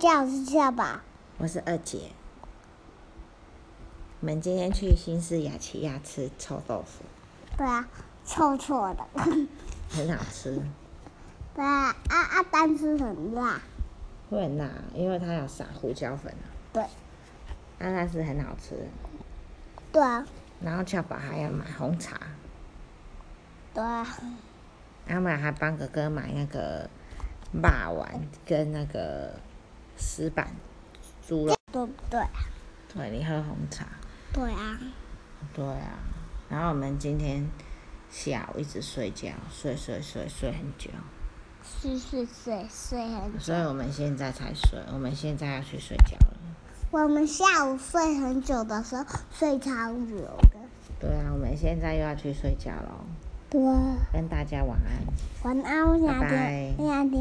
家我是笑宝，我是二姐。我们今天去新市雅琪亚吃臭豆腐，对啊，臭臭的，很好吃。对啊，啊啊，但是很辣，会很辣，因为它有撒胡椒粉啊，对但它是很好吃。对啊，然后俏宝还要买红茶，对啊，阿妈还帮哥哥买那个霸丸跟那个石板猪肉。对不对啊？对，你喝红茶。对啊，对啊，然后我们今天下午一直睡觉，睡睡睡睡很久，睡睡睡睡很久所以。我们现在才睡，我们现在要去睡觉了。我们下午睡很久的时候睡超久的。对啊，我们现在又要去睡觉喽，对啊，跟大家晚安。晚安，我想拜拜听，我想听。